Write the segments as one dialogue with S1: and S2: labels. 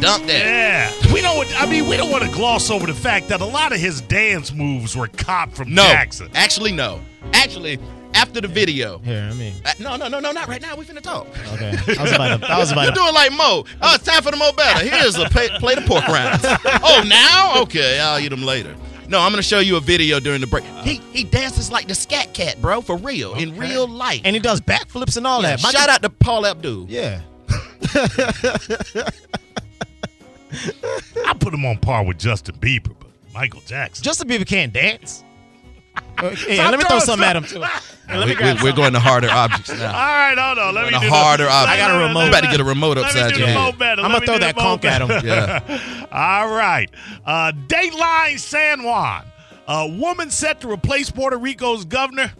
S1: dump that.
S2: Yeah, we don't. I mean, we don't want to gloss over the fact that a lot of his dance moves were copped from
S1: No,
S2: Jackson.
S1: actually, no. Actually, after the video.
S3: Here, I mean,
S1: Uh, No, no, no, no, not right now. We finna talk.
S3: okay. I was about to. I was
S1: You're
S3: about to.
S1: doing like Mo. Oh, it's time for the Mo Better. Here's a plate, plate of pork rinds. Oh, now? Okay, I'll eat them later. No, I'm gonna show you a video during the break. He he dances like the Scat Cat, bro, for real, in real life.
S3: And he does backflips and all that. My-
S1: shout out to Paul Abdul.
S3: Yeah.
S2: I put him on par with Justin Bieber, but Michael Jackson.
S3: Justin Bieber can't dance. Okay,
S2: Stop
S3: let me throw
S2: throwing
S3: something at him
S2: stuff.
S3: too.
S1: we, are going to harder objects
S2: all
S1: now.
S2: right, hold on. Let me
S1: The
S2: do
S1: harder
S2: the,
S1: object.
S3: I got a remote.
S1: You better get a remote upside your head.
S3: I'ma throw that conch at him.
S1: Yeah.
S2: All right. Uh, Dateline San Juan. A woman set to replace Puerto Rico's governor.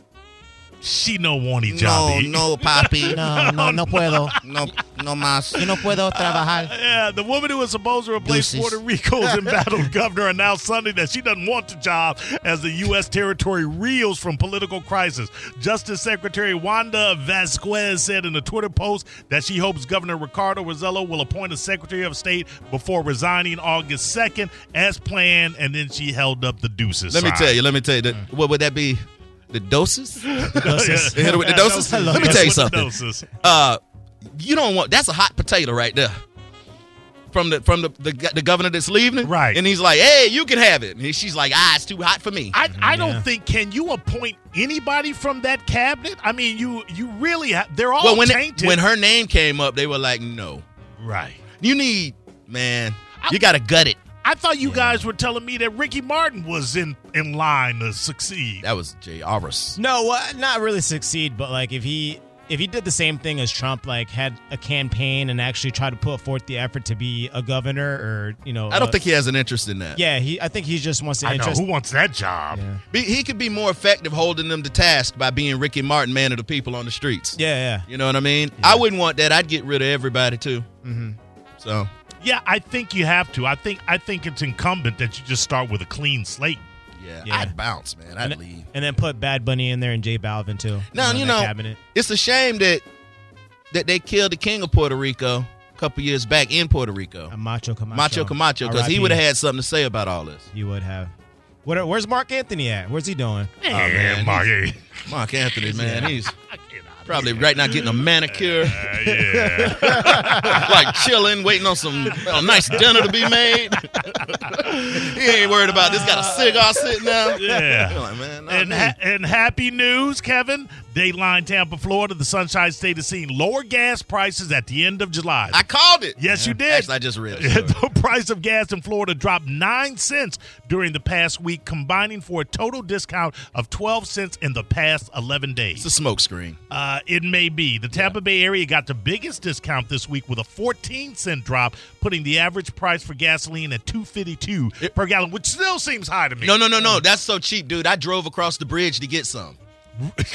S2: She no want each
S4: No, no, papi.
S3: No, no, no puedo.
S4: No, no más.
S3: Yo no puedo trabajar.
S2: Yeah, the woman who was supposed to replace
S4: Deuces.
S2: Puerto Rico's embattled governor announced Sunday that she doesn't want the job as the U.S. territory reels from political crisis. Justice Secretary Wanda Vasquez said in a Twitter post that she hopes Governor Ricardo Rosello will appoint a Secretary of State before resigning August 2nd as planned, and then she held up the deuces.
S1: Let me
S2: sign.
S1: tell you. Let me tell you. The,
S2: Mm.
S1: what would that be? The doses?
S2: Doses.
S1: Hit her with the doses? Let me tell you
S2: Yes, with the
S1: something.
S2: doses.
S1: Uh, you don't want. That's a hot potato right there. From the from the the, the governor that's leaving,
S2: Right.
S1: And he's like, "Hey, you can have it." And she's like, "Ah, it's too hot for me."
S2: I, I don't think can you appoint anybody from that cabinet? I mean, you you really ha- they're all
S1: well, when it,
S2: tainted.
S1: when her name came up, they were like, "No,
S2: right.
S1: you need man. You gotta gut it."
S2: I thought you guys were telling me that Ricky Martin was in in line to succeed.
S1: That was Jay Aris.
S3: No, uh, not really succeed, but like if he if he did the same thing as Trump, like had a campaign and actually tried to put forth the effort to be a governor or you know,
S1: I don't
S3: uh,
S1: think he has an interest in that.
S3: Yeah, he. I think he just wants to
S2: I know
S3: interest.
S2: who wants that job.
S3: Yeah.
S1: Be, he could be more effective holding them to task by being Ricky Martin, man of the people on the streets.
S3: Yeah, yeah.
S1: You know what I mean? I wouldn't want that. I'd get rid of everybody too. Mm-hmm. So
S2: Yeah, I think you have to. I think I think it's incumbent that you just start with a clean slate.
S1: yeah,
S3: Yeah.
S1: I'd bounce, man. I'd
S3: And-
S1: leave.
S3: And then put Bad Bunny in there and Jay Balvin too.
S1: Now
S3: in
S1: you
S3: that
S1: know,
S3: cabinet.
S1: it's a shame that that they killed the king of Puerto Rico a couple years back in Puerto Rico,
S3: Uh, Macho Camacho.
S1: Macho Camacho, because he
S3: RIP.
S1: would have had something to say about all this.
S3: He would have. What, where's Mark Anthony at? Where's he doing?
S2: Yeah,
S1: man.
S2: Mark, Uh, yeah.
S1: Mark Anthony, man, he's
S2: I cannot-
S1: probably right now getting a manicure,
S2: Uh, yeah.
S1: like chilling, waiting on some a nice dinner to be made. he ain't worried about this. Got a cigar sitting down.
S2: Yeah.
S1: Like, man, not
S2: And,
S1: me.
S2: ha- and happy news, Kevin. Dateline Tampa, Florida. The Sunshine State is seeing lower gas prices at the end of July.
S1: I called it.
S2: yes, you did.
S1: Actually, I just read it.
S2: the price of gas in Florida dropped 9 cents during the past week, combining for a total discount of 12 cents in the past 11
S1: It's a
S2: days.
S1: smoke screen.
S2: Uh, it may be. The Tampa Bay area got the biggest discount this week with a 14 cent drop, putting the average price for gasoline at 252 per gallon, which still seems high to me.
S1: No, no, no, no. That's so cheap, dude. I drove across the bridge to get some.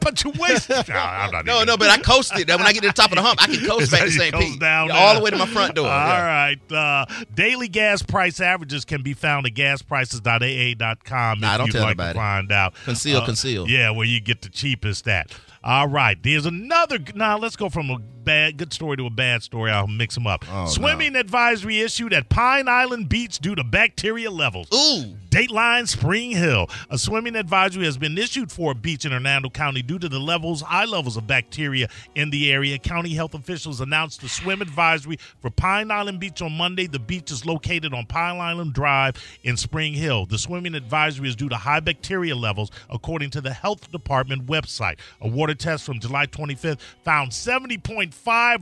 S2: but you wasted. No, I'm not
S1: No,
S2: even-
S1: no, but I coasted. That when I get to the top of the hump, I can coast back to
S2: It
S1: St.
S2: goes
S1: Pete,
S2: down
S1: Yeah, all
S2: there.
S1: the way to my front door.
S2: All
S1: yeah.
S2: right. Uh, daily gas price averages can be found at gasprices.aa.com.
S1: Nah,
S2: if
S1: don't
S2: you'd
S1: tell
S2: like to
S1: nobody.
S2: find out. Uh,
S1: Conceal, conceal.
S2: Yeah, where you get the cheapest at. All right. There's another. Now, let's go from a bad good story to a bad story. I'll mix them up.
S1: Oh, no.
S2: Swimming advisory issued at Pine Island Beach due to bacteria levels.
S1: Ooh,
S2: Dateline Spring Hill. A swimming advisory has been issued for a beach in Hernando County due to the levels, high levels of bacteria in the area. County health officials announced the swim advisory for Pine Island Beach on Monday. The beach is located on Pine Island Drive in Spring Hill. The swimming advisory is due to high bacteria levels, according to the health department website. A water test from July 25th found 70.5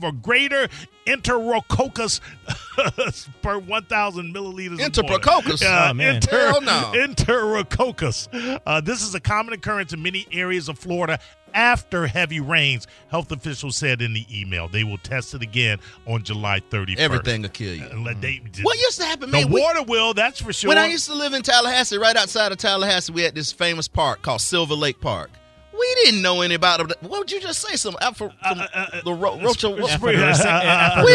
S2: or greater enterococcus per 1,000 milliliters. of water.
S1: Enterococcus?
S2: Yeah,
S3: Oh, man.
S2: enter-
S1: Hell no.
S2: Enterococcus. Uh, this is a common occurrence in many areas of Florida after heavy rains, health officials said in the email. They will test it again on July 31st.
S1: everything will kill you.
S2: And let they-
S1: What used to happen,
S2: the
S1: man? we-
S2: water will, that's for sure.
S1: when I used to live in Tallahassee, right outside of Tallahassee, we had this famous park called Silver Lake Park. We didn't know any about it. What would you just say? Some uh, for, some the ro- Rocha-
S2: it's
S1: what-
S2: pretty-
S1: We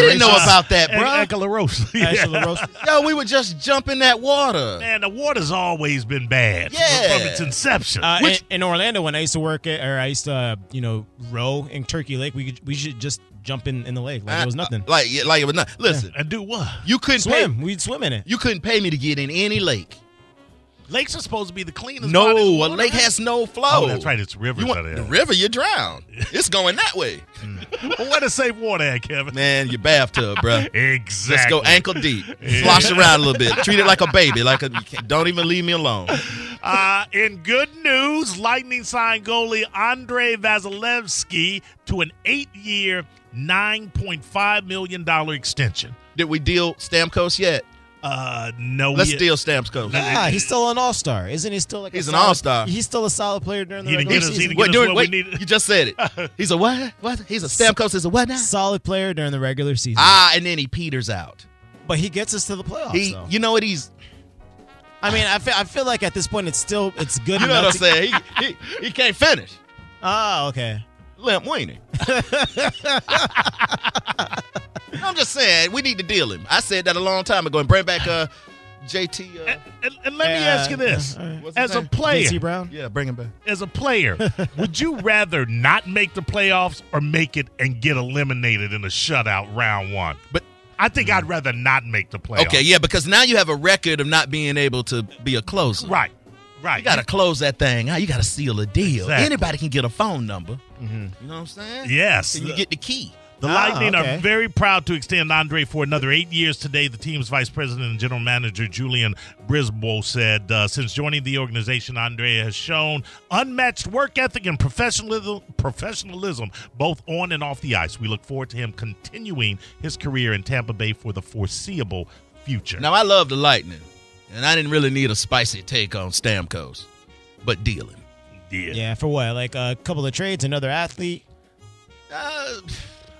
S1: didn't know about that,
S2: Ec-
S1: bro.
S2: Echolorosis.
S3: Ashley
S2: Yeah.
S3: LaRose-
S1: Yo, we would just jump in that water.
S2: Man, the water's always been bad
S1: Yeah.
S2: from its inception.
S3: Uh,
S1: Which-
S3: in, in Orlando, when I used to work at, or I used to, uh, you know, row in Turkey Lake, we could, we should just jump in, in the lake like it was nothing.
S1: Ah, Like, yeah, like it was nothing. Listen,
S2: And do what?
S1: you couldn't
S3: swim.
S1: pay.
S3: We'd swim in it.
S1: You couldn't pay me to get in any lake.
S2: Lakes are supposed to be the cleanest.
S1: No,
S2: bodies of
S1: a
S2: water.
S1: lake has no flow.
S2: Oh, that's right. It's rivers
S1: You
S2: out
S1: want,
S2: there.
S1: the river, you drown. It's going that way.
S2: Well, where to save water at, Kevin?
S1: Man, your bathtub, bruh.
S2: Exactly.
S1: Let's go ankle deep. Slosh around a little bit. Treat it like a baby. Like a, you can't- don't even leave me alone.
S2: Uh, in good news, Lightning signed goalie Andre Vasilevsky to an eight-year, $9.5 million extension.
S1: Did we deal Stamkos yet?
S2: Uh, no,
S1: Let's
S2: he,
S1: deal Stamkos.
S3: Yeah, Ah, he's still an all star, isn't he? Still like a
S1: He's an
S3: solid-
S1: all-star.
S3: He's still a solid player during the
S2: He didn't
S3: regular
S2: get us- he
S3: season.
S2: didn't
S1: Wait,
S2: us
S1: dude,
S2: what we
S1: wait.
S2: needed.
S1: You just said it. He's a what? What? He's a Stamkos. Is a what now?
S3: Solid player during the regular season.
S1: Ah, and then he peters out.
S3: but he gets us to the playoffs.
S1: He,
S3: though.
S1: you know what? He's
S3: I mean, I feel, I feel like at this point it's still it's good.
S1: You know
S3: enough
S1: what I'm
S3: to-
S1: saying? He, he, he can't finish.
S3: Oh, okay.
S1: Limp Weenie. I'm just saying, we need to deal him. I said that a long time ago and bring back uh, JT. Uh,
S2: And, and let me
S3: Yeah,
S2: ask you this:
S1: What's his
S2: as a
S1: name?
S2: player,
S3: JT Brown.
S1: yeah, bring him back.
S2: as a player, would you rather not make the playoffs or make it and get eliminated in a shutout round one? But I think I'd rather not make the playoffs.
S1: Mm. Okay, yeah, because now you have a record of not being able to be a closer.
S2: Right. Right.
S1: You got to close that thing out. You got to seal a deal.
S2: Exactly.
S1: Anybody can get a phone number. You know what I'm saying?
S2: Yes.
S1: And you get the key.
S2: The
S3: Ah,
S2: Lightning
S3: okay.
S2: are very proud to extend Andre for another eight years today. The team's vice president and general manager, Julian Brisbois, said uh, since joining the organization, Andre has shown unmatched work ethic and professionalism, professionalism, both on and off the ice. We look forward to him continuing his career in Tampa Bay for the foreseeable future.
S1: Now, I love the Lightning, and I didn't really need a spicy take on Stamkos, but dealing.
S2: yeah.
S3: Yeah, for what? Like a couple of trades, another athlete,
S1: Uh,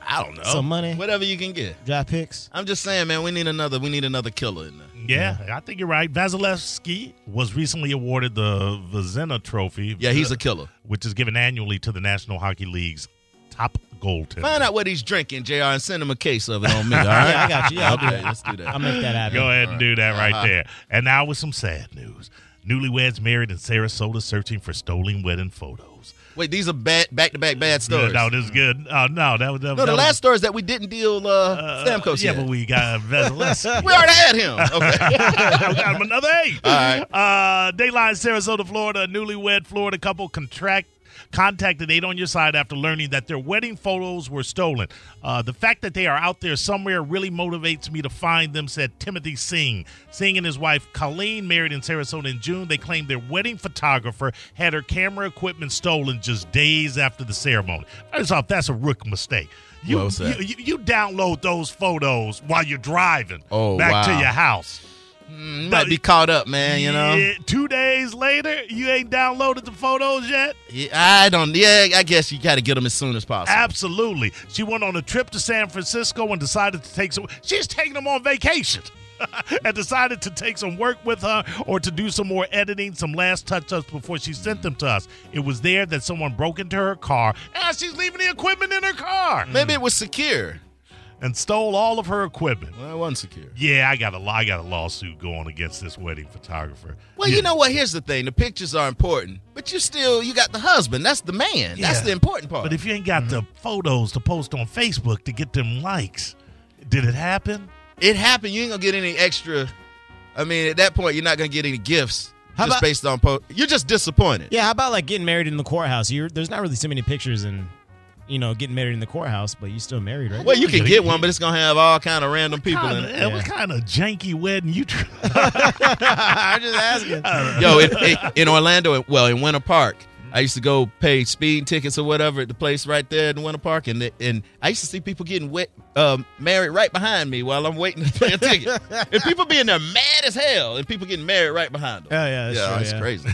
S1: I don't know.
S3: Some money.
S1: Whatever you can get.
S3: draft picks.
S1: I'm just saying, man, we need another we need another killer in there.
S2: Yeah, I think you're right. Vasilevsky was recently awarded the Vezina Trophy. uh,
S1: Yeah, he's a killer.
S2: which is given annually to the National Hockey League's top goaltender.
S1: Find out what he's drinking, JR, and send him a case of it on me. All right.
S3: Yeah, I got you. Yeah, I'll do
S1: okay,
S3: it.
S1: let's do that.
S3: I'll make that happen.
S2: Go ahead and do that right there. And now with some sad news. Newlyweds married in Sarasota searching for stolen wedding photos.
S1: Wait, these are bad back to back bad stories.
S2: No, this is good. Oh, no, that was that,
S1: No,
S2: that
S1: the
S2: was-
S1: last story is that we didn't deal uh,
S2: uh,
S1: Stamkos
S2: Yeah,
S1: yet.
S2: but we got Vasilevsky.
S1: we already had him. Okay.
S2: I got him another eight.
S1: All
S2: Uh, Dayline, Sarasota, Florida. A newlywed Florida couple contract contacted Eight on Your Side after learning that their wedding photos were stolen. Uh, the fact that they are out there somewhere really motivates me to find them, said Timothy Singh. Singh and his wife Colleen married in Sarasota in June. They claimed their wedding photographer had her camera equipment stolen just days after the ceremony. First off, that's a rook mistake. You,
S1: Well said.
S2: you, you you download those photos while you're driving
S1: Oh,
S2: back to
S1: wow.
S2: your house.
S1: You Mm, might be caught up, man, you know?
S2: Yeah, two days later, you ain't downloaded the photos yet?
S1: Yeah, I don't, yeah, I guess you got to get him as soon as possible.
S2: Ah. Absolutely. She went on a trip to San Francisco and decided to take some. She's taking them on vacation. and decided to take some work with her or to do some more editing, some last touch ups before she sent them to us. It was there that someone broke into her car. And she's leaving the equipment in her car
S1: Maybe it was secure.
S2: and stole all of her equipment.
S1: Well, it wasn't secure.
S2: Yeah, I got a, I got a lawsuit going against this wedding photographer.
S1: Well,
S2: Yeah.
S1: you know what? Here's the thing: the pictures are important, but you still you got the husband. That's the man. That's
S2: Yeah.
S1: the important part.
S2: But if you ain't got the photos to post on Facebook to get them likes, did it happen?
S1: it happened, you ain't gonna get any extra. I mean, at that point, you're not gonna get any gifts
S3: How
S1: just
S3: about-
S1: based on post. You're just disappointed.
S3: Yeah, how about like getting married in the courthouse? You're, there's not really so many pictures and you know getting married in the courthouse, but you still married, right?
S1: Well, you can get one, but it's gonna have all kind of random people in
S2: Kinda-
S1: it.
S2: eh, What kind of janky wedding you? Tr-
S3: I'm just asking.
S1: Yo, it, it, in Orlando, well, in Winter Park, I used to go pay speeding tickets or whatever at the place right there in Winter Park, and the, and I used to see people getting wet, um, married right behind me while I'm waiting to pay a ticket. and people being there mad as hell, and people getting married right behind them.
S3: Oh, yeah, that's true,
S1: it's
S3: yeah.
S1: crazy.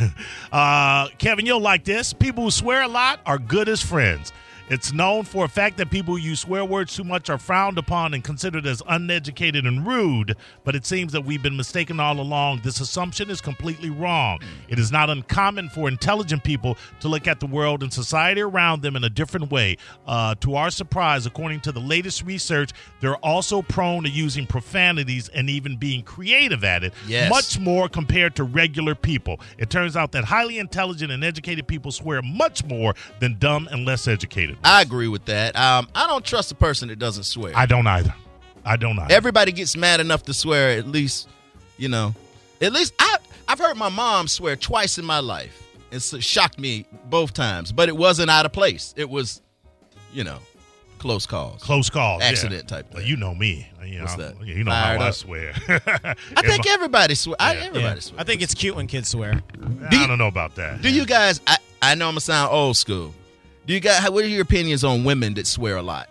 S2: uh, Kevin, you'll like this. People who swear a lot are good as friends. It's known for a fact that people who use swear words too much are frowned upon and considered as uneducated and rude, but it seems that we've been mistaken all along. This assumption is completely wrong. It is not uncommon for intelligent people to look at the world and society around them in a different way. Uh, to our surprise, according to the latest research, they're also prone to using profanities and even being creative at it,
S1: Yes.
S2: much more compared to regular people. It turns out that highly intelligent and educated people swear much more than dumb and less educated.
S1: I agree with that. Um, I don't trust a person that doesn't swear.
S2: I don't either. I don't either.
S1: Everybody gets mad enough to swear at least, you know. At least I I've heard my mom swear twice in my life. It shocked me both times, but it wasn't out of place. It was, you know, close calls.
S2: Close calls. yeah.
S1: Accident type
S2: Well,
S1: thing.
S2: you know me. You know,
S1: What's that?
S2: You know
S1: Fired
S2: how I
S1: up.
S2: swear.
S1: I think everybody swear. I,
S2: Yeah.
S1: everybody swears.
S3: I think it's cute when kids swear.
S1: do you-
S2: I don't know about that.
S1: Do you guys? I, I know I'm gonna sound old school. Do you guys? What are your opinions on women that swear a lot?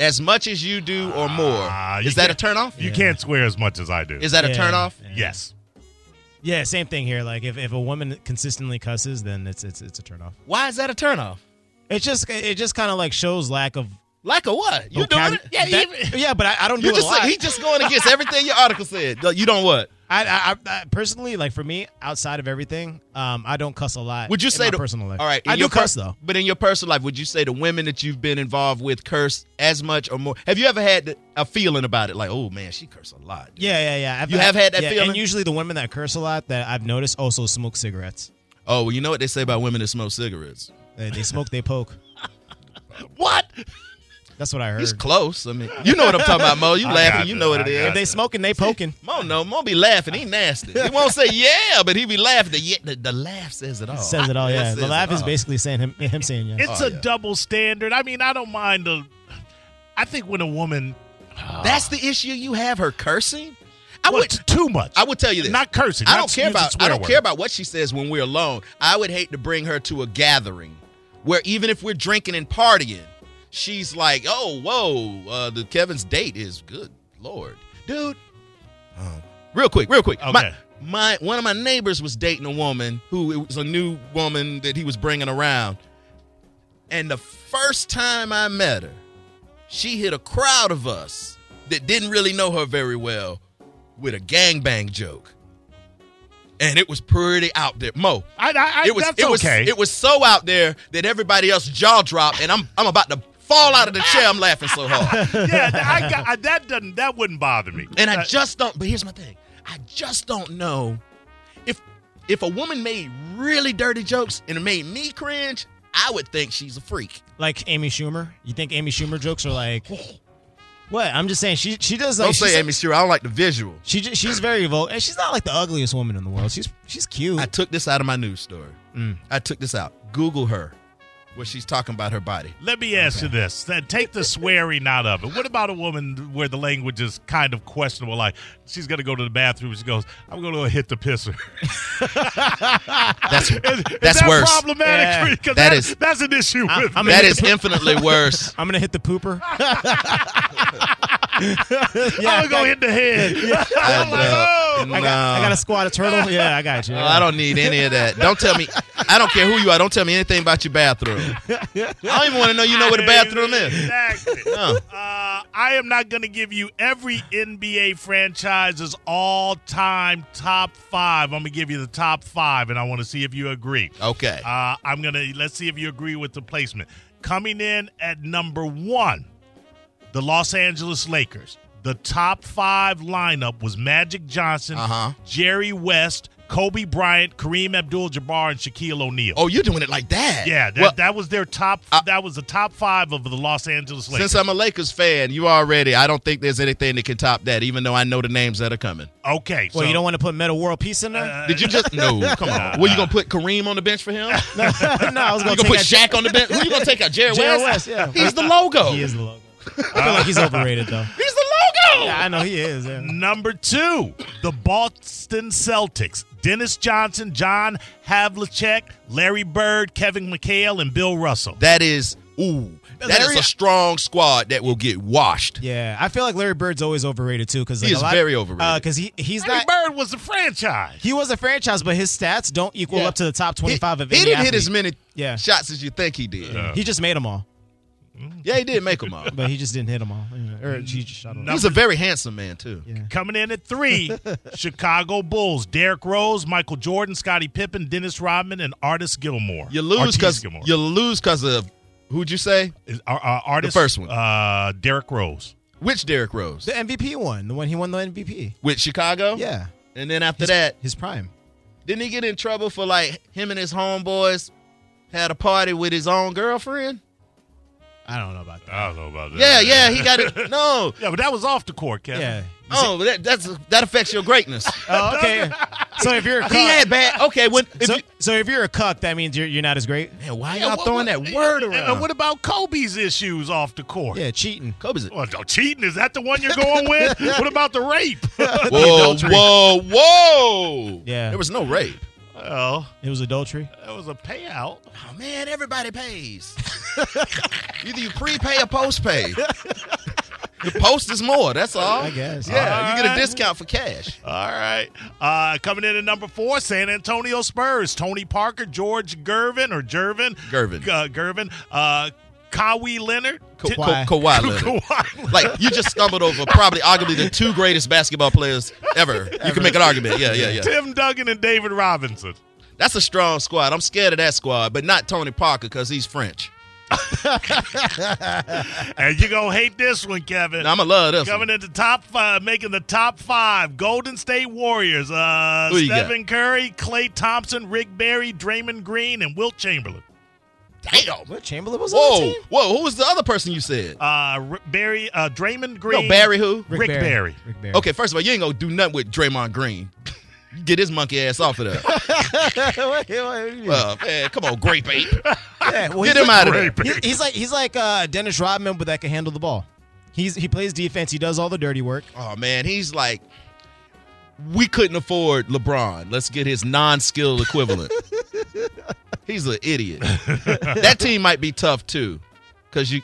S1: As much as you do or more.
S2: Mm. Ah, you
S1: is that a
S2: can't-
S1: turn off?
S2: You can't swear as much as I do.
S1: Is that a
S3: Yeah.
S1: turn off?
S2: yes.
S3: Yeah, same thing here. Like if, if a woman consistently cusses, then it's it's it's a turnoff.
S1: Why is that a turn off?
S3: It just it just kind of like shows lack of
S1: Like a what? You doing
S3: vocab-
S1: it? Yeah,
S3: that-
S1: you-
S3: yeah, but I, I don't do
S1: you
S3: it
S1: just
S3: a lot.
S1: he just going against everything your article said. Like, You don't what?
S3: I, I, I, I personally like for me outside of everything, um, I don't cuss a lot.
S1: Would you
S3: in
S1: say
S3: my
S1: the
S3: personal life?
S1: All right,
S3: I
S1: in
S3: do
S1: your per-
S3: cuss though.
S1: But in your personal life, would you say the women that you've been involved with curse as much or more? Have you ever had the- a feeling about it? Like, oh man, she cursed a lot. dude."
S3: Yeah, yeah, yeah. I've-
S1: You have had that
S3: yeah,
S1: feeling?
S3: And usually the women that curse a lot that I've noticed also smoke cigarettes.
S1: Oh, well, you know what they say about women that smoke cigarettes.
S3: They, they smoke, they poke.
S1: What?
S3: That's what I
S1: He's
S3: heard.
S1: close. I mean, you know what I'm talking about, Mo. You
S2: I got
S1: laughing. You
S2: you.
S1: know what it
S2: I got
S3: If
S1: is.
S3: they smoking, they poking.
S1: Mo, no, Mo be laughing. He nasty. He won't say yeah, but he be laughing. The, yeah, the, the laugh says it all.
S3: says it all.
S1: That
S3: Yeah, the
S1: says
S3: laugh
S1: it
S3: is
S1: all.
S3: basically saying him him saying yes.
S2: It's
S1: Oh,
S2: a
S1: yeah.
S2: double standard. I mean, I don't mind the. I think when a woman.
S1: That's the issue you have. Her cursing. I
S2: Well,
S1: would.
S2: it's too much.
S1: I would tell you this.
S2: Not cursing.
S1: I
S2: not
S1: don't care
S2: using
S1: about. I
S2: swear
S1: don't
S2: words.
S1: care about what she says when we're alone. I would hate to bring her to a gathering where even if we're drinking and partying, she's like, "Oh, whoa, uh, the Kevin's date is good, Lord, dude." Um, real quick, real quick. My,
S2: Okay.
S1: my one of my neighbors was dating a woman who it was a new woman that he was bringing around, and the first time I met her, she hit a crowd of us that didn't really know her very well with a gangbang joke. And it was pretty out there. Mo,
S2: I, I, I,
S1: it was
S2: that's
S1: it was
S2: okay.
S1: it was so out there that everybody else jaw dropped and I'm I'm about to fall out of the chair. I'm laughing so hard.
S2: yeah, I got, I, that doesn't that wouldn't bother me.
S1: And I just don't but here's my thing. I just don't know if if a woman made really dirty jokes and it made me cringe, I would think she's a freak.
S3: like Amy Schumer. You think Amy Schumer jokes are like? What? I'm just saying she she does like she's,
S1: Stewart. I don't like the visual.
S3: She ju- she's very vocal. And she's not like the ugliest woman in the world. She's she's cute.
S1: I took this out of my news story. I took this out. Google her, where she's talking about her body.
S2: Let me ask you this: Then Take the swearing out of it. What about a woman where the language is kind of questionable? Like she's going to go to the bathroom. She goes, "I'm going to go hit the pisser."
S1: That's
S2: Is,
S1: That's
S2: is that
S1: worse.
S2: Problematic?
S3: Yeah.
S2: Because
S1: That
S2: that
S1: is-
S2: is that's an issue
S3: I-
S2: with
S3: I'm
S2: me.
S1: that is infinitely worse.
S3: I'm gonna hit the pooper. yeah,
S2: I'm going to go hit the head.
S1: I,
S2: I'm like, oh.
S1: no.
S3: I got, I got to squat a turtle. Yeah, I got you.
S1: No, Oh, I don't need any of that. Don't tell me. I don't care who you are. Don't tell me anything about your bathroom. I don't even want to know you know where the bathroom is.
S2: Exactly.
S1: No.
S2: Uh, I am not going to give you every NBA franchise's all time top five. I'm going to give you the top five, and I want to see if you agree.
S1: Okay.
S2: Uh, I'm going to let's see if you agree with the placement. Coming in at number one, the Los Angeles Lakers. The top five lineup was Magic Johnson,
S1: Uh-huh.
S2: Jerry West, Kobe Bryant, Kareem Abdul Jabbar, and Shaquille O'Neal.
S1: Oh, you're doing it like that.
S2: Yeah, that,
S1: Well, uh,
S2: that was their top. that was the top five of the Los Angeles Lakers.
S1: since I'm a Lakers fan, you already. I don't think there's anything that can top that. Even though I know the names that are coming.
S2: okay,
S3: Well,
S2: so
S3: you don't want to put metal world peace in there.
S1: Did you just no? Come on. Were you gonna put Kareem on the bench for him?
S3: no, no, I was
S1: You
S3: gonna
S1: gonna
S3: take
S1: put
S3: that-
S1: Shaq on the bench? Who you gonna take out? Jerry
S3: Jerry
S1: West?
S3: West, yeah.
S1: He's the logo.
S3: He is the logo. I feel like he's overrated though.
S1: He's the logo.
S3: Yeah, I know he is. yeah.
S2: Number two, the Boston Celtics. Dennis Johnson, John Havlicek, Larry Bird, Kevin McHale, and Bill Russell.
S1: That is ooh. That is
S3: Larry-
S1: a strong squad that will get washed.
S3: Yeah, I feel like Larry Bird's always overrated too. Because like,
S1: He is
S3: a lot,
S1: very overrated.
S3: Because he he's
S2: Larry
S3: not.
S2: Bird was a franchise.
S3: He was a franchise, but his stats don't equal
S1: Yeah.
S3: up to the top
S1: He,
S3: twenty-five of
S1: he
S3: any
S1: didn't
S3: athlete.
S1: hit as many
S3: Yeah.
S1: shots as you think he did. Yeah,
S3: He just made them all,
S1: he did make them all.
S3: but he just didn't hit them all. Yeah, Or he just shot them.
S1: He's a very handsome man too.
S3: Yeah.
S2: Coming in at three, Chicago Bulls. Derrick Rose, Michael Jordan, Scottie Pippen, Dennis Rodman, and Artis Gilmore.
S1: You lose
S2: Artis
S1: because
S2: Gilmore.
S1: you lose because of who'd you say?
S2: Is- uh, uh, Artis-
S1: The first one.
S2: Uh, Derrick Rose.
S1: Which Derrick Rose?
S3: The MVP one, the one he won the MVP.
S1: With Chicago.
S3: Yeah,
S1: And then after Oh. that,
S3: his prime.
S1: didn't he get in trouble for like him and his homeboys had a party with his own girlfriend?
S3: I don't know about that.
S2: I don't know about that.
S1: Yeah, yeah, he got it. No.
S2: Yeah, but that was off the court, Kevin.
S3: yeah.
S1: Oh, that, that's that affects your greatness.
S3: Oh, okay. so if you're a cuck,
S1: He had bad. Okay, when if
S3: so,
S1: you-
S3: so if you're a cuck, that means you're you're not as great.
S1: man, why
S2: Yeah,
S1: y'all
S2: what-
S1: throwing
S2: what-
S1: that word
S2: and-
S1: around?
S2: And what about Kobe's issues off the court?
S3: Yeah, cheating.
S1: Kobe's it?
S2: Well, no, cheating is that the one you're going with? what about the rape?
S1: Whoa, whoa, whoa!
S3: Yeah.
S1: there was no rape.
S2: well,
S3: It was adultery.
S2: that was a payout.
S1: Oh man, everybody pays. Either you prepay or postpay. the post is more. That's all.
S3: I guess.
S1: Yeah, you get
S2: Alright.
S1: a discount for cash.
S2: All right. Uh, coming in at number four, San Antonio Spurs. Tony Parker, George Gervin or Gervin.
S1: Gervin.
S2: Uh, Gervin. Uh, Kawhi Leonard. Ti-
S1: Ka-
S3: Kawhi.
S1: Kawhi Leonard.
S2: Kawhi Leonard.
S1: Like you just stumbled over probably arguably the two greatest basketball players ever. You can make an argument. Yeah, yeah, yeah.
S2: Tim Duggan and David Robinson.
S1: That's a strong squad. I'm scared of that squad, but not Tony Parker because he's French.
S2: And you're going to hate this one, Kevin.
S1: Now, I'm gonna love this.
S2: Coming
S1: One.
S2: in the top five, making the top five, Golden State Warriors. Uh,
S1: Who you got?
S2: Stephen Curry, Clay Thompson, Rick Barry, Draymond Green, and Wilt Chamberlain.
S1: Damn.
S3: What Chamberlain was on the
S1: Whoa,
S3: team?
S1: whoa. Who was the other person you said?
S2: Uh, Rick Barry, uh, Draymond Green.
S1: No, Barry. Who?
S2: Rick Barry.
S3: Rick Barry.
S1: Okay, first of all, you ain't gonna do nothing with Draymond Green. Get his monkey ass off of there.
S3: What- what- what-
S1: Well, man, come on, grape ape.
S3: yeah, well,
S1: Get
S3: he's
S1: him
S3: like-
S1: out of there.
S2: Grape.
S3: he- He's like he's like uh, Dennis Rodman, but that can handle the ball. He's he plays defense. He does all the dirty work.
S1: Oh man, he's like, we couldn't afford LeBron. Let's get his non-skilled equivalent. he's an idiot. that team might be tough too, cause you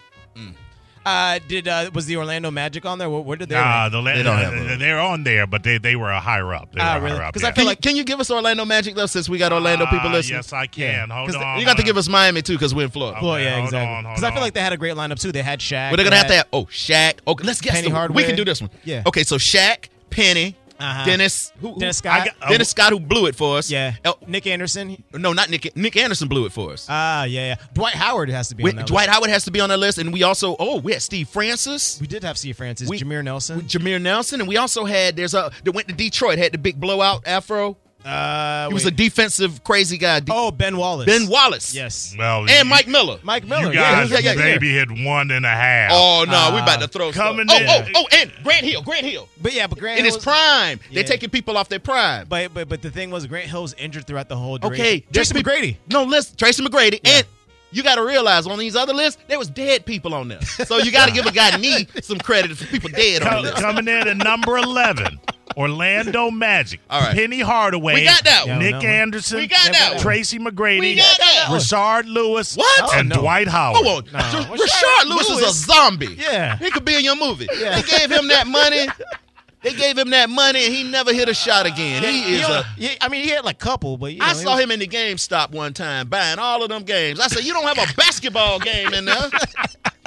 S3: Uh, did uh, was the Orlando Magic on there? Where, where did they?
S2: Nah, Ah,
S3: rank?
S2: the, they
S1: They don't have one.
S2: are on there, but they, they were a higher up. They
S3: Ah,
S2: were a
S3: really?
S2: higher up.
S3: 'Cause I
S2: yeah.
S1: can,
S3: feel like-
S1: you can you give us Orlando Magic though, since we got Orlando people
S2: Ah,
S1: listening.
S2: Yes, I can.
S3: Yeah.
S2: Hold
S3: 'Cause the-
S2: on.
S1: you got to
S2: hold
S1: give
S2: on.
S1: us Miami too, cause we're in Florida.
S3: well,
S2: Hold
S3: yeah,
S2: on,
S3: exactly.
S2: hold
S3: Because I
S2: on.
S3: feel like they had a great lineup too. They had Shaq.
S1: Well, they're gonna
S3: they
S1: have to
S3: had-
S1: have oh Shaq. Okay, let's guess.
S3: Penny
S1: the-
S3: Hardaway.
S1: We can do this one.
S3: Yeah.
S1: Okay, so Shaq, Penny,
S3: Uh-huh.
S1: Dennis, who, who-
S3: Dennis
S2: I
S3: Scott.
S2: got- uh,
S1: Dennis Scott, who blew it for us.
S3: yeah,
S1: El-
S3: Nick Anderson.
S1: no, not Nick. Nick Anderson blew it for us.
S3: Ah, yeah, yeah. Dwight Howard has to be
S1: We-
S3: on that.
S1: Dwight Howard has to be on that list, and we also oh we had Steve Francis,
S3: list. We did have C. Francis,
S1: We-
S3: Jameer Nelson.
S1: Jameer Nelson, and we also had there's a that went to Detroit had the big blowout afro.
S3: uh,
S1: He was a
S3: wait.
S1: defensive crazy guy. De-
S3: oh Ben Wallace.
S1: ben Wallace,
S3: Yes.
S2: Well, you-
S1: and Mike Miller.
S3: Mike
S2: You
S3: Miller. yeah,
S2: guys
S3: he was- yeah, yeah, yeah.
S2: maybe hit one and a half.
S1: Oh no, we about
S3: Ah,
S1: to throw
S2: coming
S1: stuff.
S2: in.
S1: Oh oh oh, and Grant Hill, Grant Hill
S3: But yeah, but Grant
S1: in his
S3: Hill was-
S1: prime.
S3: Yeah.
S1: They're taking people off their prime.
S3: But, but but the thing was, Grant Hill was injured throughout the whole. Duration.
S1: okay, there's
S3: Tracy
S1: peop-
S3: McGrady.
S1: No, listen, Tracy McGrady, and you got to realize on these other lists there was dead people on there. So you got to give a guy knee some credit for people dead on
S2: Co-
S1: the list.
S2: coming in at number 11, Orlando Magic.
S1: All right.
S2: Penny Hardaway.
S1: We got that
S3: one.
S2: Nick
S3: Yeah, that one.
S2: Anderson.
S1: We got that one.
S2: Tracy McGrady.
S1: We got that one.
S2: Rashard Lewis.
S1: What?
S2: And
S3: Oh, no.
S2: Dwight Howard.
S1: Hold on.
S3: No.
S1: Ra-
S3: Rashard
S1: Rashard Lewis, is a
S3: Lewis.
S1: zombie.
S3: Yeah.
S1: He could be in your movie. They gave him that money. They gave him that money and he never hit a shot again. He is
S3: Yeah,
S1: a
S3: yeah, I mean, he had like a couple, but you know,
S1: I
S3: he
S1: saw
S3: was-
S1: him in the GameStop one time buying all of them games. I said, You don't have a basketball game in there.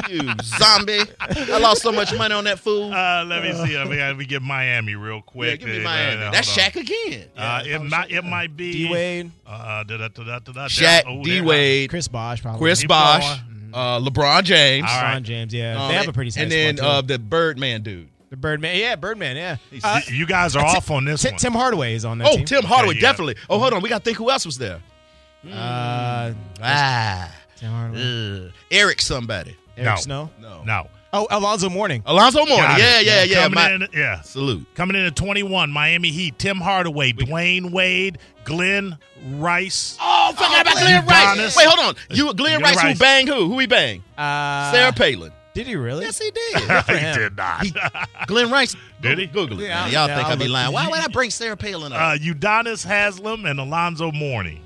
S1: You zombie. I lost so much money on that fool.
S2: Uh, let me see. Let me, let me get Miami real
S1: yeah,
S2: quick.
S1: give me
S2: Uh,
S1: Miami.
S2: hold
S1: That's
S2: on.
S1: Shaq again.
S2: Uh, it might. It might be.
S3: D Wade,
S2: Uh, da, da, da, da, da, da.
S1: Shaq,
S2: Oh,
S1: D
S2: there-
S1: Wade,
S3: Chris Bosch, probably.
S1: Chris
S2: Keep
S1: Bosch,
S2: going.
S1: uh, LeBron James.
S2: All
S3: Bron
S2: right.
S3: James. Yeah,
S1: Um,
S3: they have a pretty. Size
S1: And then
S3: squad, too.
S1: uh, the Birdman dude.
S3: the Birdman. Yeah, Birdman. Yeah. Uh,
S2: Y- you guys are off on this
S3: Ti-
S2: one.
S3: Tim Hardaway is on that
S1: Oh,
S3: team.
S1: Tim Hardaway,
S2: yeah. Mm-hmm.
S1: definitely. Oh, hold on. We got to think who else was there.
S3: Uh,
S1: Ah.
S3: Tim Hardaway.
S2: mm.
S1: Ugh. Uh, Eric somebody.
S3: Eric
S2: No.
S3: Snow.
S1: No.
S2: no.
S3: Oh, Alonzo Mourning.
S1: Alonzo Mourning.
S2: Got it.
S1: Yeah, yeah, yeah.
S2: Coming
S1: My-
S2: in, yeah.
S1: salute.
S2: Coming in at 21, Miami Heat, Tim Hardaway, Dwayne Wade, Glenn Rice.
S1: Oh, forgot about
S2: Glenn
S1: Glenn
S2: Rice.
S1: Rice.
S2: Adonis.
S1: Wait, hold on. You Glenn
S2: Glenn
S1: Rice,
S2: Rice.
S1: who banged who? Who he banged?
S3: Uh,
S1: Oh. Sarah Palin.
S3: Did he really?
S1: Yes, he did.
S2: he
S3: him.
S2: did not.
S1: Glenn Rice.
S2: Did he?
S1: Google it.
S3: Yeah,
S1: man. Y'all
S3: yeah,
S1: think
S3: I'll
S1: I'd be
S3: look-
S1: lying. Why would I bring Sarah Palin up?
S2: Uh, Udonis Haslam and Alonzo Mourning.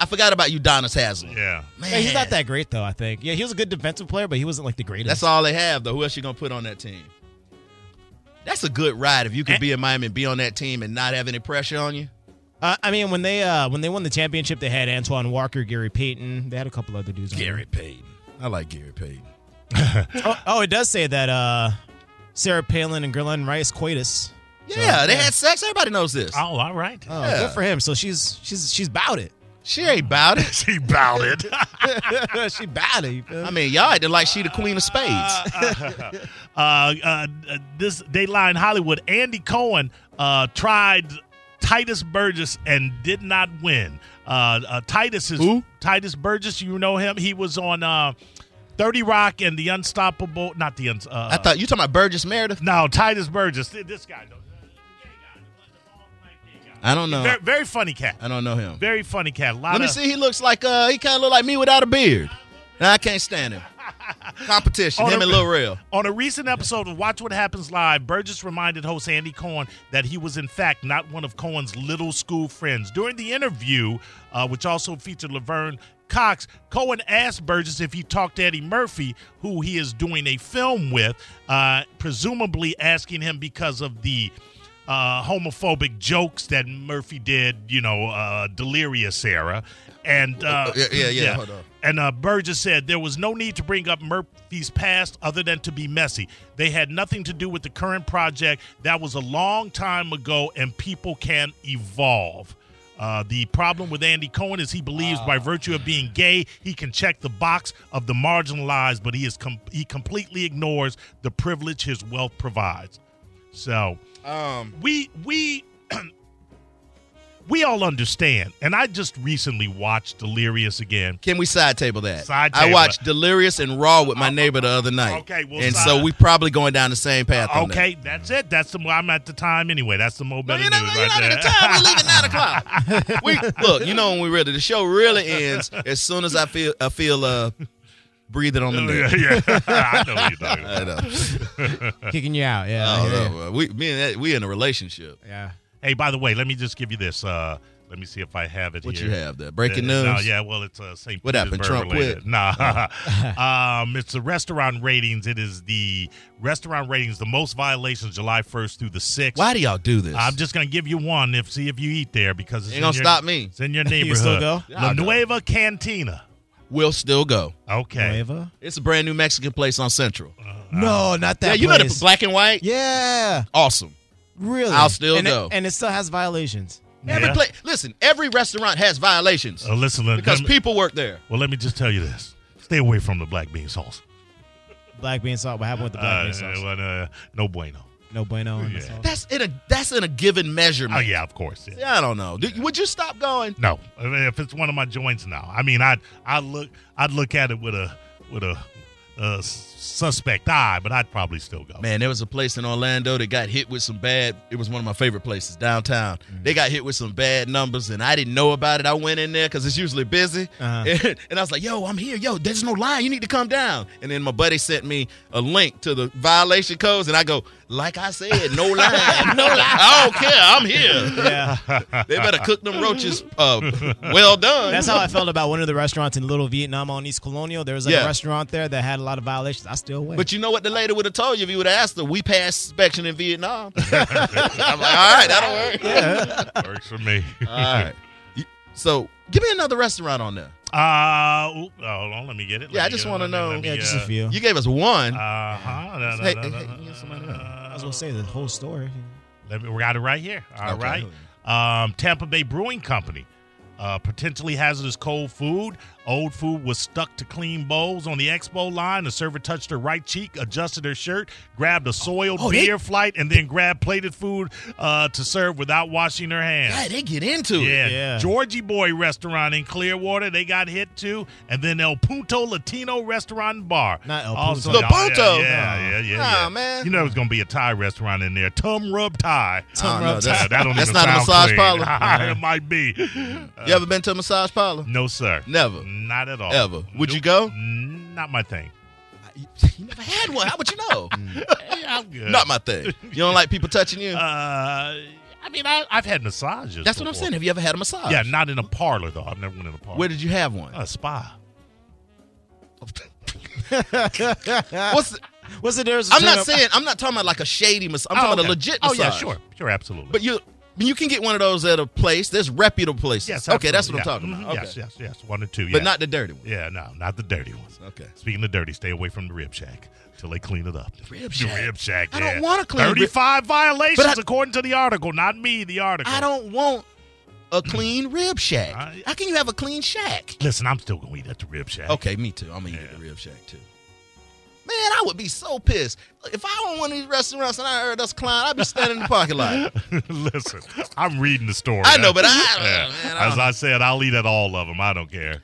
S1: I forgot about Udonis Haslam.
S2: Yeah.
S1: Man,
S3: Yeah, he's not that great though. I think. Yeah, he was a good defensive player, but he wasn't like the greatest.
S1: That's all they have, though. Who else you gonna put on that team? That's a good ride if you could be in Miami and be on that team and not have any pressure on you.
S3: Uh, I mean, when they uh, when they won the championship, they had Antoine Walker, Gary Payton. They had a couple other dudes. on there.
S1: Payton. I like Gary Payton.
S3: Oh, oh, it does say that uh, Sarah Palin and Glenn Rice coitus.
S1: Yeah,
S3: So,
S1: they had sex. Everybody knows this.
S2: Oh, all right.
S3: Oh,
S1: Yeah.
S3: good for him. So she's she's she's about it.
S1: She ain't about it.
S2: she bowed it.
S3: she about it. You feel
S1: I
S3: me?
S1: mean, y'all acting like she the queen of spades.
S2: uh, uh, uh, this Dateline Hollywood, Andy Cohen uh, tried Titus Burgess and did not win. Uh, uh, Titus is
S1: Who?
S2: Titus Burgess. You know him. He was on uh, Thirty Rock and the Unstoppable. Not the Uns. Uh,
S1: I thought you talking about Burgess Meredith.
S2: no, Titus Burgess. Th- This guy.
S1: I don't know.
S2: Very, very funny cat.
S1: I don't know him.
S2: Very funny cat. A lot
S1: Uh, Let me
S2: of-
S1: see. He looks like uh, he kind of look like me without a beard. Nah, I can't stand him. Competition.
S2: On
S1: him
S2: a-
S1: and Lil Rel.
S2: On a recent episode of Watch What Happens Live, Burgess reminded host Andy Cohen that he was, in fact, not one of Cohen's little school friends. During the interview, uh, which also featured Laverne Cox, Cohen asked Burgess if he talked to Eddie Murphy, who he is doing a film with, uh, presumably asking him because of the uh, homophobic jokes that Murphy did, you know, uh, Delirious era. And uh,
S1: Oh, Yeah, yeah, yeah, hold on.
S2: and uh, Burgess said there was no need to bring up Murphy's past other than to be messy. They had nothing to do with the current project. That was a long time ago, and people can evolve. Uh, the problem with Andy Cohen is he believes by virtue of being gay, he can check the box of the marginalized, but he is com- he completely ignores the privilege his wealth provides. So
S1: Um,
S2: we we we all understand. And I just recently watched Delirious again.
S1: can we side table that?
S2: Side
S1: I
S2: table
S1: watched Delirious and Raw with my neighbor the other night.
S2: okay, we'll
S1: and
S2: side-
S1: so we probably going down the same path. on that.
S2: Okay, that's it. That's the I'm at the time anyway. That's the mo
S1: No,
S2: better
S1: you're not,
S2: news
S1: you're
S2: right
S1: not
S2: there.
S1: at the time. We leave at nine o'clock. We look. You know when we really the show really ends as soon as I feel I feel uh breathing
S2: Oh,
S1: on the neck.
S2: yeah, yeah. I know what you're talking
S1: I
S2: about.
S1: know.
S3: Kicking you out. Yeah. I
S1: Oh,
S3: hear you.
S1: no, uh, we me and that, we in a relationship.
S3: Yeah.
S2: Hey, by the way, let me just give you this. Uh, let me see if I have it
S1: What
S2: here.
S1: you have there? Breaking
S2: Uh,
S1: news.
S2: No, yeah, well, it's uh, St.
S1: What happened?
S2: Petersburg
S1: Trump Oh.
S2: related. Nah, um, it's the restaurant ratings. It is the restaurant ratings. The most violations, July 1st through the 6th.
S1: Why do y'all do this?
S2: I'm just gonna give you one if see if you eat there because it's
S1: Ain't
S2: in
S1: gonna
S2: your-
S1: stop me.
S2: It's in your neighborhood.
S3: You still go?
S1: I'll
S2: La
S1: go.
S2: Nueva Cantina.
S1: we'll still go.
S2: Okay.
S3: Nueva?
S1: It's a brand new Mexican place on Central.
S2: Uh-huh.
S3: No, not that.
S1: Uh, yeah, you know the
S3: place.
S1: black and white.
S3: Yeah.
S1: Awesome.
S3: Really?
S1: I'll still
S3: and
S1: go.
S3: It, and it still has violations.
S1: Every
S2: Yeah.
S1: place. Listen, every restaurant has violations
S2: Uh, listen, let-
S1: because
S2: let me-
S1: people work there.
S2: well, let me just tell you this: stay away from the black bean sauce.
S3: Black bean sauce. What happened with the black
S2: Uh,
S3: bean sauce?
S2: well, uh, no bueno.
S3: no bueno. on the
S2: yeah.
S3: sauce.
S1: That's in a that's in a given
S2: Oh
S1: measurement.
S2: yeah, of course. Oh, yeah.
S1: I don't know. Do- Would you stop going?
S2: No, I mean, if it's one of my joints now, I mean, I'd I look I'd look at it with a with a, uh suspect eye, but I'd probably still go.
S1: Man, there was a place in Orlando that got hit with some bad. It was one of my favorite places downtown.
S3: Mm-hmm.
S1: They got hit with some bad numbers, and I didn't know about it. I went in there because it's usually busy,
S3: Uh-huh.
S1: and, and I was like, "Yo, I'm here. Yo, there's no line. You need to come down." And then my buddy sent me a link to the violation codes, and I go, "Like I said, no line, no line. I don't care. I'm here.
S3: Yeah.
S1: They better cook them roaches. Uh, well done.
S3: That's how I felt about one of the restaurants in Little Vietnam on East Colonial. There was like
S1: Yeah.
S3: a restaurant there that had a lot of violations. I still went.
S1: But you know what the lady would have told you if you would have asked her, we passed inspection in Vietnam. I'm like, all right, that'll work.
S2: Works for me.
S1: All right. You- So give me another restaurant on there.
S2: Uh, oop, hold on, let me get it. Let
S1: Yeah, I
S2: me
S1: just
S2: get it,
S1: wanna
S2: let me-
S1: know.
S2: let me,
S3: yeah, just
S2: uh,
S3: a few.
S1: You gave us one.
S2: Uh huh.
S1: Hey, hey, hey, get somebody else.
S3: I was gonna say the whole story.
S2: Let me, we got it right here. All
S1: Okay.
S2: right. Um, Tampa Bay Brewing Company. Uh, potentially hazardous cold food. Old food was stuck to clean bowls on the expo line. The server touched her right cheek, adjusted her shirt, grabbed a soiled
S1: Oh, they-
S2: beer flight, and then grabbed plated food uh, to serve without washing her hands.
S1: God, they get into it.
S2: Yeah.
S3: Yeah.
S2: Georgie Boy Restaurant in Clearwater, they got hit too. And then El Punto Latino Restaurant and Bar.
S3: Not El
S2: Also-
S1: Punto. El Punto?
S2: Yeah, yeah, yeah. yeah,
S1: Nah,
S2: yeah.
S1: man.
S2: You know it's going to be a Thai restaurant in there. Tum Rub
S1: I
S2: Thai.
S1: don't know,
S2: Yeah,
S1: Ah, that's,
S2: that don't
S1: that's
S2: even
S1: not a
S2: sound
S1: massage
S2: clean. Ah,
S1: parlor.
S2: it might be.
S1: You ever been to a massage parlor?
S2: No, sir.
S1: Never.
S2: Not at all.
S1: Ever. Would you
S2: Nope.
S1: go?
S2: Not my thing.
S1: You never had one. How would you know?
S2: I'm good.
S1: Not my thing. You don't like people touching you?
S2: Uh, I mean, I, I've had massages.
S1: That's what I'm
S2: before.
S1: saying. Have you ever had a massage?
S2: Yeah, not in a parlor though. I've never went in a parlor.
S1: Where did you have one?
S2: a spa? Uh,
S1: What's the-
S3: What's the difference?
S1: I'm
S3: between
S1: not
S3: a-
S1: saying I'm not talking about like a shady massage. I'm talking about a
S2: okay.
S1: legit
S2: Oh
S1: massage.
S2: yeah, sure, sure, absolutely.
S1: But you you can get one of those at a place. There's reputable places.
S2: yes,
S1: okay, that's what
S2: absolutely,
S1: I'm
S2: yeah.
S1: talking
S2: Mhm,
S1: about. Okay.
S2: Yes, yes, yes, one or two.
S1: But
S2: yeah.
S1: not the dirty one.
S2: Yeah, no, not the dirty ones.
S1: Okay.
S2: Speaking of dirty, stay away from the rib shack till they clean it up.
S1: Rib
S2: The
S1: shack?
S2: rib shack.
S1: I don't
S2: yeah.
S1: wanna clean the rib-
S2: Thirty-five violations
S1: But I-
S2: according to the article, not me. The article.
S1: I don't want a clean rib shack.
S2: I-
S1: How can you have a clean shack?
S2: Listen, I'm still gonna eat at the rib shack.
S1: Okay, me too. I'm gonna eat at the rib shack too. Man, Man, I would be so pissed. If I owned one of these restaurants and I heard us clown, I'd be standing in the parking lot.
S2: Listen, I'm reading the story.
S1: I know, but I-
S2: Yeah.
S1: man, I
S2: as I said, I'll eat at all of them. I don't care.